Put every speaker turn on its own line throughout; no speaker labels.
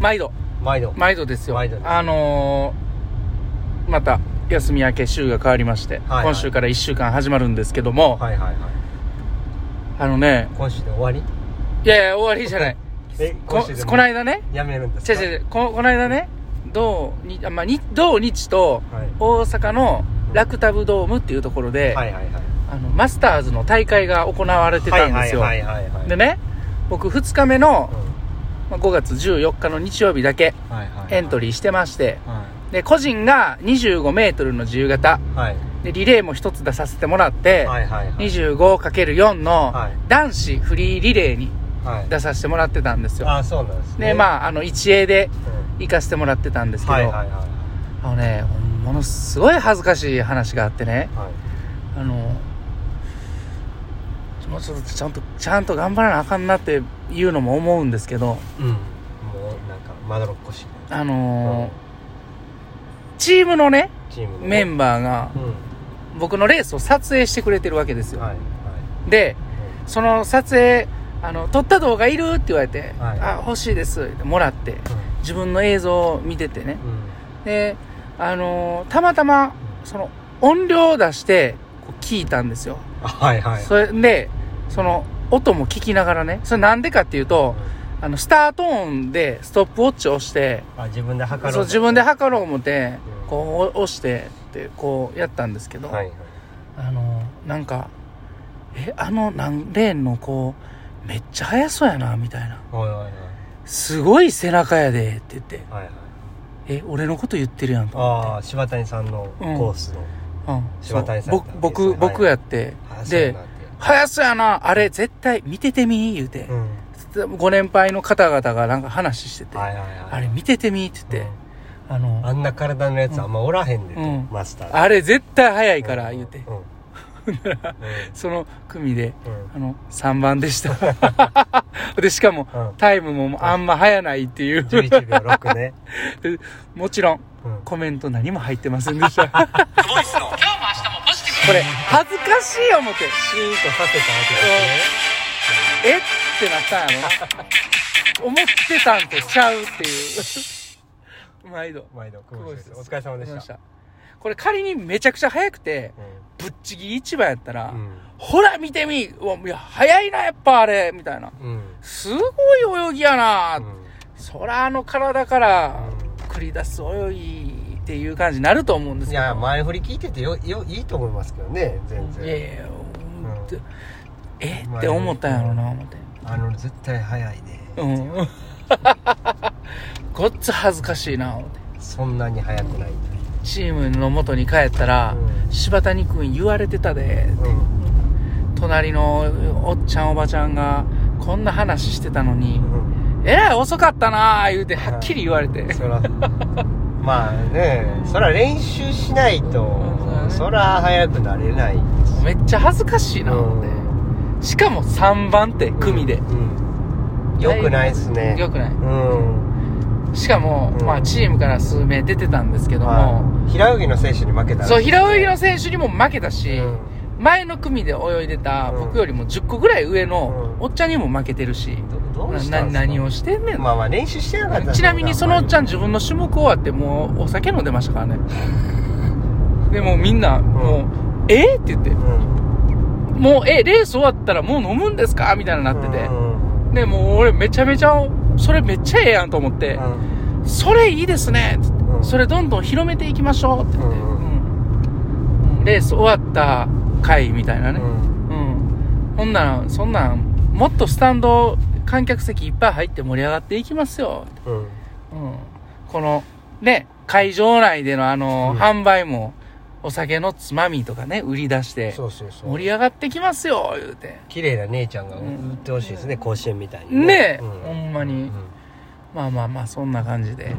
毎度、
毎度。
毎度ですよ。
毎度です
あのーまた、休み明け週が変わりまして、
いはい
今週から1週間始まるんですけども、
はいはいはい。
あのね、
今週で終わり
いやいや、終わりじゃない。
え、今
こ
週で
この間ね、
やめるんです
違う
か
違う違うこ、この間ね、土日、あまあ、日土日と、
はい
大阪のラクタブドームっていうところで、
はいはいはい。
あのマスターズの大会が行われてたんですよ。
はいはいはいはい。
で
ね。
ね、僕2日目の
うん、
まあ5月14日の日曜日だけ
はいはいはい。
エントリーしてまして、
は
で、個人が25メートルの自由形、
い。はい。
で、リレーも一つ出させてもらって、
はいはいはい。
25×4 の
はい
男子フリーリレーに
はい。
出させてもらってたんですよ。
あ、そうなんですね。
で、
あ。
まあ、あの、一泳で行かせてもらってたんですけど、
はいはいはい。
あのね、ものすごい恥ずかしい話があってね、
はい。
あの、もうちょっとちゃんと、ちゃんと頑張らなあかんなっていうのも思うんですけど、
うん。もう、なんか、まどろっこしい。
あのーチームのね、
チームのね
メンバーが
うん。
僕のレースを撮影してくれてるわけですよ。
はいはい。
で、その撮影、あの、撮った動画いるって言われて、
はい
あ、欲しいですってもらって、
う
自分の映像を見ててね。
ん。うん。
で、あのーたまたま、その、音量を出して、こう聞いたんですよ。
あはいはい。
それで、その、音も聞きながらね、それなんでかっていうと、あの、スタート音でストップウォッチを押して、
あ、自分で測ろう。
そう、自分で測ろう思って
う、ん
こう、お押して、って、こう、やったんですけど、
はいはい。
あの、なんか、え、あの、なんレーンの子、めっちゃ速そうやな、みたいな。
はいはいはい。
すごい背中やで、って言って。
はいはい。
え、俺のこと言ってるやんと
あ
思
あ、柴谷さんの
うん
コースの。
って。うん。
柴谷さん
そう僕、僕、僕や
っ
って。
で
で、、速そうやな、あれ、絶対、見ててみ、言うて
う。ん。
ご年配の方々がなんか話してて。
はいはいはい。
あれ見ててみって言って、あ
うんあ
の、
んな体のやつあんまおらへんでと、
うん
マスター。
あれ絶対早い
い
から言うて、
うん。うん
その組で、
うん
あの、3番で した。で、しかも、
うん
タイムもあんま早ないっていう、
11秒6ね。
もちろん、
うん
コメント何も入ってませんでした。これ、恥ずかしい思って、
シーンとさせたわ
えってなったんやろ思ってたんとちゃうっていう。 毎度。
けですね。毎度、久
久
保
保
井
で
ですす。お疲れ様でした。
これ仮にめちゃくちゃ早くて、
う
ぶっちぎり市場やったら、
ん。
ほら見てみうわいや、早いな、やっぱあれみたいな。
うん。うん。
すごい泳ぎやな、そらあの体から
う
繰り出す泳ぎっていう感じになると思うんで
ん
す
い
けど。
や、前振り聞いててよ、よ、いいと思いますけどね、全
いやい
然。
や、
ん
うんえって思ったんやろな、思って。
あの、絶対早いね。
うん。ごっつ恥ずかしいな、思って。
そんなに早くない
チームの元に帰ったら、
うん
柴谷くん言われてたで、
という。
隣のおっちゃんおばちゃんが、こんな話してたのに、
うん。
えらい遅かったなー言うてはっきり言われて、
そら、 まあね、そら練習しないと、そら早くなれないです
めっちゃ恥ずかしいな思って、しかも3番手組で、
うんよくないっすね
よくない
うん
しかも、
うん
まあ、チームから数名出てたんですけども、
はい平泳ぎの選手に負けたら
そう平泳ぎの選手にも負けたし、
うん
前の組で泳いでた
うん
僕よりも10個ぐらい上の
うん
おっちゃんにも負けてるし、
どどうした
なんな
すか
何をしてんねん、
まあまあ練習してなかった
ちなみにそのおっちゃ
ん
ん自分の種目終わってもうお酒飲んでました からねでもうみんなもう「えっ?」って言って
うん
もう、え、レース終わったらもう飲むんですかみたいななってて
う。ん
で、もう俺めちゃめちゃ、それめっちゃええやんと思って、それいいですねつって
うん
それどんどん広めていきましょうって言って、
うん
うんレース終わった回みたいな
う
ね。
ん
うん。ほんなら、そんなん、もっとスタンド、観客席いっぱい入って盛り上がっていきますよ。
うん
うん。この、ね、会場内でのあの、
うん
販売も、お酒のつまみとかね、売り出して、
そうそうそう
盛り上がってきますよ、言うて。
綺麗な姉ちゃんが打ってほしいですね甲子園みたいに
ねえ、
うん
ほんまに、まあまあまあそんな感じで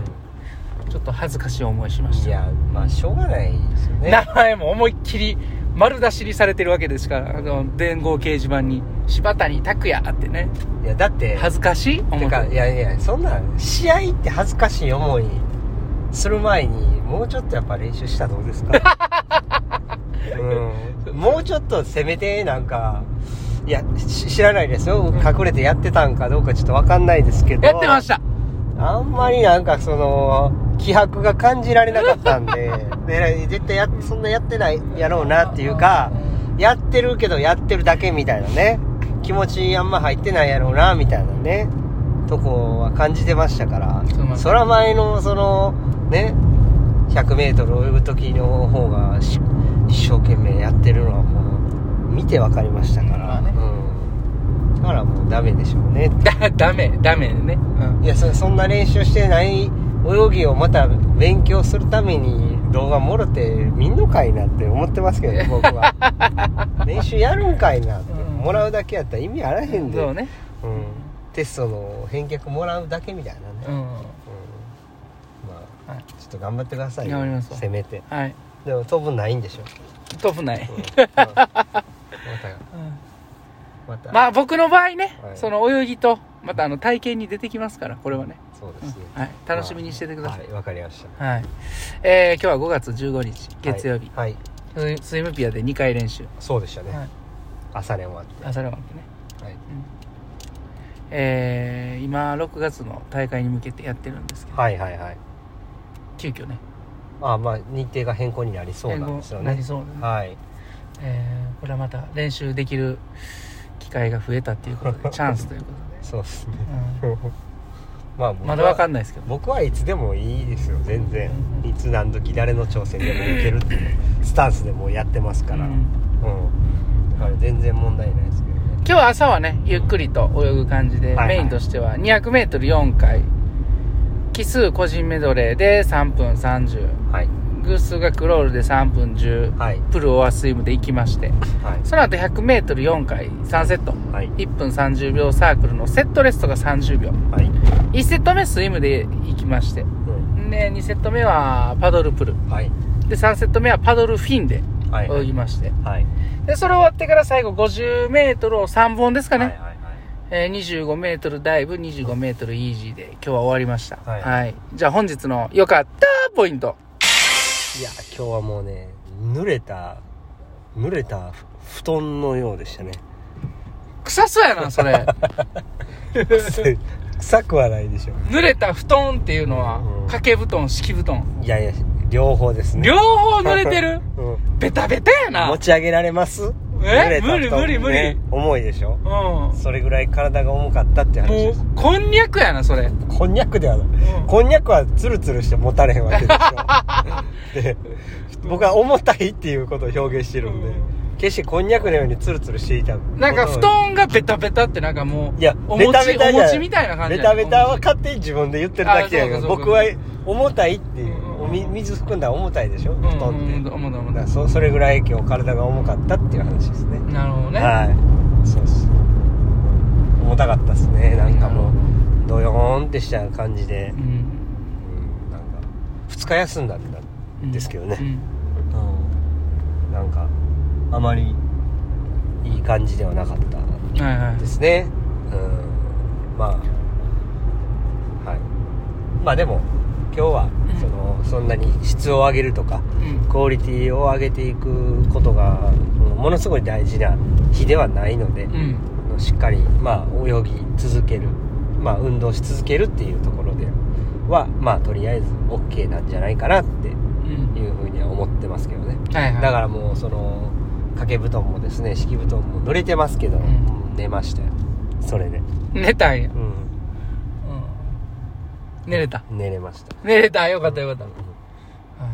う、
ちょっと恥ずかしい思いしま
ん
し
い
た、
やまあしょうがないですよね
名前も思いっきり丸出しにされてるわけですからあの伝言掲示板に「柴谷拓也」ってね
いやだって
恥ずかしい思
てか
い
いやいやそんな試合って恥ずかしい思いする前にもうちょっとやっぱ練習したらどうです か、うん、もうちょっとせめてなんかいやし知らないですよ隠れてやってたんかどうかちょっとわかんないですけど
やってました
あんまりなんかその、気迫が感じられなかった んで、ね絶対やっそんなやってないやろうなっていうか、やってるけどやってるだけみたいなね、気持ちあんま入ってないやろうな、みたいなね、とこは感じてましたから
そうなんで、す
そら前のその、ね、100メートル泳ぐ時の方がし一生懸命やってるのはもう、見てわかりましたから、
まあね
うん。だからもうダメでしょうね
だ ダメダメね、うん、
いやそそんな練習してない泳ぎをまた勉強するために動画もろて見んのかいなって思ってますけ どね僕は練習やるんかいなって、
うん
もらうだけやったら意味あらへんで
そうね
うん、テストの返却もらうだけみたいなね、
う
うん
ん
ま
は
あちょっと頑張ってくださいよ
頑張りますわ
せめて
い、はい、
でも当分ないんでしょ、
飛ぶない
うん また
うん
また、
まあ僕の場合ね、
はい
その泳ぎとまたあの体験に出てきますからこれはね、
そうで
うん
すね、
はい、楽しみにしててください、
はいわかりました
はいえー今日は5月15日月曜日、
はい、はい
ススイムピアで2回練習、
そうでしたね、
はい
朝練終わって
あそれは待ってね、
はい
えー今6月の大会に向けてやってるんですけど、
はいはいはい
急遽ね
まあまあ日程が変更になりそうなんですよ
英語なり
ね
そうでね、
はい
えーこれはまた練習できる機会が増えたっていう ことでチャンスということ
そうですね
で、
まあ
う
僕
ん、
は
まだわかんないですけど
僕はいつでもいいですよ全然
うん
いつ何時誰の挑戦でもいけるっていうスタンスでもうやってますから
う
うん
ん
だから全然問題ないですけどね
今日朝はねゆっくりと泳ぐ感じで、
はいはい
メインとしては 200m4 回奇数個人メドレーで3分30
はい
偶数がクロールで3分10、
はい
プルオアスイムで行きまして
はい
その後 100m4 回3セット
はい
1分30秒サークルのセットレストが30秒
はい
1セット目スイムで行きまして
うん
で2セット目はパドルプル
はい
で3セット目はパドルフィンで
はいはい
泳ぎまして、
はい
でそれ終わってから最後 50m を3本ですかね、
はいはい
えー、25m ダイブ 25m イージーで今日は終わりましたは、
はいい
じゃあ本日の良かったポイント
いや今日はもうね濡れた濡れた布団のようでしたね
臭そうやなそ れ
臭くはないでしょ
濡れた布団っていうのは
うん
掛け布団敷布団
いやいや両方ですね
両方濡れてる
うん
ベタベタやなう
持ち上げられます
え
濡れた布団
無理無理
ね重いでしょ
んも
それぐらい体が重かったって話です
うこんにゃくやなそれ、うん
こんにゃくではないこんにゃくはツルツルして持たれへんわけで しょで僕は重たいっていうことを表現してるんで決してこんにゃくのようにツルツルしていた
なんか布団がベタベタってなんかもう
いや
お
ベ
餅
タベタ
お
じゃ
餅みたいな感じ
ベ
やな
タベタは勝手に自分で言ってるだけやけ
あ
ど
そうかそうか
僕は重たいっていう
うんうんうん
おみ水含んだら重たいでしょ布
うん
団っ
うんうん
て、
うんうん
だからそそれぐらい今日体が重かったっていう話ですね
なるほどね、
はいそうです重たかったですねなんかも
なる
うドヨーンってした感じで
う、ん
うん、なんか2日休んだんだ
うん
ですけどね
うん
うんなんかあまりいい感じではなかった
はいはい
ですねうんまあはいまあでも今日は
うん
その、そんなに質を上げるとか
うん
クオリティを上げていくことがうんものすごい大事な日ではないので、
うん
あのしっかり、まあ、泳ぎ続ける、まあ、運動し続けるっていうところでは、まあ、とりあえず OK なんじゃないかなっていう
うん
ふうには思ってますけどね
はいは
だ
い
からもうその掛け布団もですね敷布団も濡れてますけど、
ん
うん寝ましたよそれで、
寝たんや、
うん、
うん、寝れた
寝れました
寝れたよかったよかった、
うん
は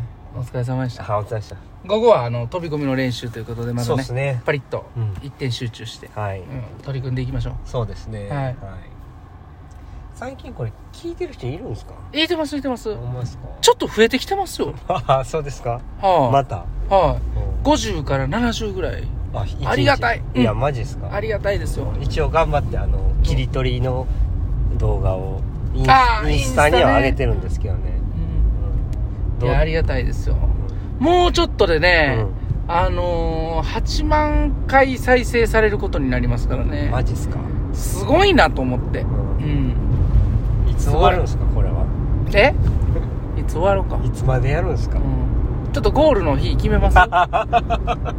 い、お疲れ様でした
あお疲れ様でした
午後はあの飛び込みの練習ということでま
そ
た
う
ね
ですね
パリッと
うん
一点集中して、
はい、
うん、取り組んでいきましょう
そうですね
はい
最近これ聞いてる人いるんですか
言えてます言えてます
ほんまですか
ちょっと増えてきてますよ
あそうですかま
は
た
い、はい
うん
50から70ぐらい
あ一日
ありがたい
いや、
うん
マジですか
ありがたいですよ
一応頑張ってあの切り取りの動画をイン
あー
インスタに
インスタ
は
ね
上げてるんですけどね
うん
うん
い
どう
やありがたいですよもうちょっとで
う
ね、
ん
あのー、8万回再生されることになりますからね
マジっすか、
すごいなと思って
うん
うん
いつ終わるんですかこれは
えいつ終わろうか、
いつまでやるんです
う
か、
ん、ちょっちょっとゴールの日決め ます我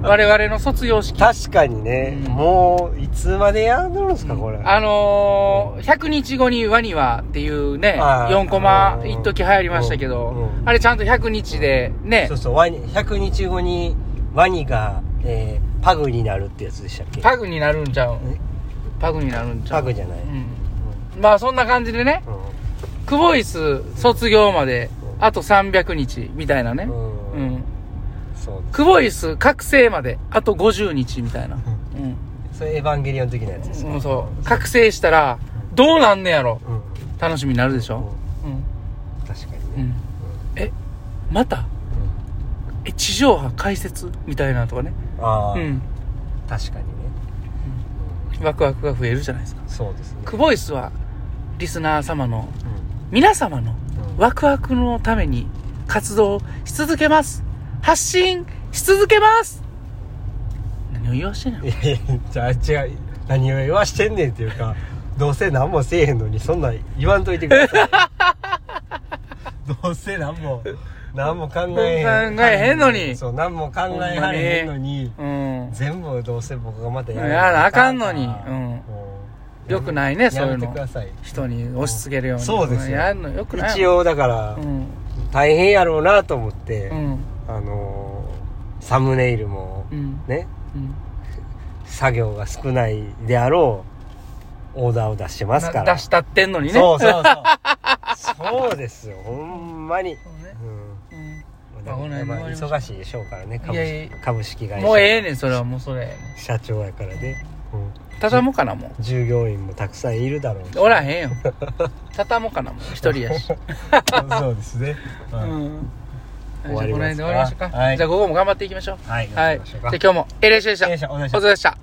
々の卒業式。
確かにね、
うん
もう、いつまでやるんですか、これ。
あのー、100日後にワニはっていうね、
はい
4コマ、一時流行りましたけど、
うんうん
あれちゃんと100日でね
そう、そう、ワニ、100日後にワニが、えーパグになるってやつでしたっけ
パグになるんちゃう
え
パグになるんちゃ
パ
う
グじゃない。
うんまあそんな感じでね、
う
クボイス卒業まで
うん
あと300日みたいなね。
ん。
う
うん。
ん。
そう
クボイス覚醒まであと50日みたいな。うん。
それエヴァンゲリオン的なやつですか
うん、そう。覚醒したら、どうなんねやろ。
うん。うん
楽しみになるでしょ。うん。
確か
う
にね。
ん。え、またえ、地上波解説みたいなとかね。
うんああ
う、ん。
確かにね。
ワクワクが増えるじゃないですか。
そうですね。
クボイスは、リスナー様の、
うん
皆様の
うん
ワクワクのために活動し続けます。発信し続けます何を言わしてんの
いやいや、じゃあ違う。何を言わしてんねんっていう か、どうせ何もせえへんのに、そんなん言わんといてください。 どうせ何も、何も考えへん。
考えへんのに
そう、何も考えられへんのに。
うん。
全部どうせ僕がまた
やらなあかんのに
う
うん
ん
よくないねそういうの
やめてください
人に押し付けるように。
そうですよ
やるのよくない。
一。応だから
うん。
大変やろうなと思って、
うん。
あのーサムネイルも
うん。
ね
うん。
作業が少ないであろうオーダーを出してますか
な
ら
出したってんのにね。
そうそうそうそ うですよほんまに、
そうね
う
うん
ん
まあこの辺で終
ま
わ
あ
りましょう
忙しいでしょうからね株
いやいや
式株式会社
もうええねん、それはもうそれ。
社長やからね、うん
畳もうかな、も
従業員もたくさんいるだろうし
う。おらへ んよ。畳もうかな、もう。一人やし。
そうですね。
うん。じゃあ
終
こ
わ
の
り
辺
ま
です終
か
わりましょうか。
はい
じゃあ午後も頑張っていきましょう。
はい。
はい。じゃあ今日も、エレシでした。
よいしょお願いします
お疲れでした。